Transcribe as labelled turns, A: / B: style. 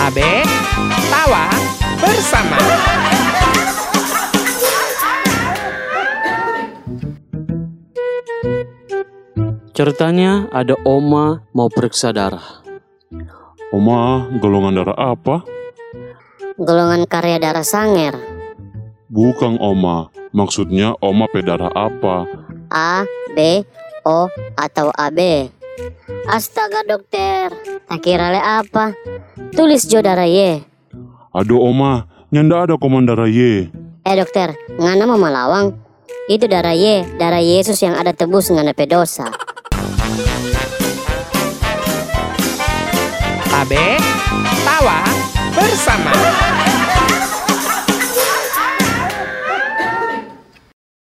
A: Abe tawa bersama.
B: Ceritanya ada Oma mau periksa darah.
C: Oma, golongan darah apa?
D: Golongan karya darah Sanger
C: Bukan Oma. Maksudnya Oma pedarah apa?
D: A, B, O atau AB. Astaga dokter, tak kira le apa. Tulis jo darah Y.
C: Aduh Oma, nyanda ada koman darah Y.
D: Eh dokter, ngana mau malawang. Itu darah Y, darah Yesus yang ada tebus ngana pedosa.
A: Abe tawa bersama.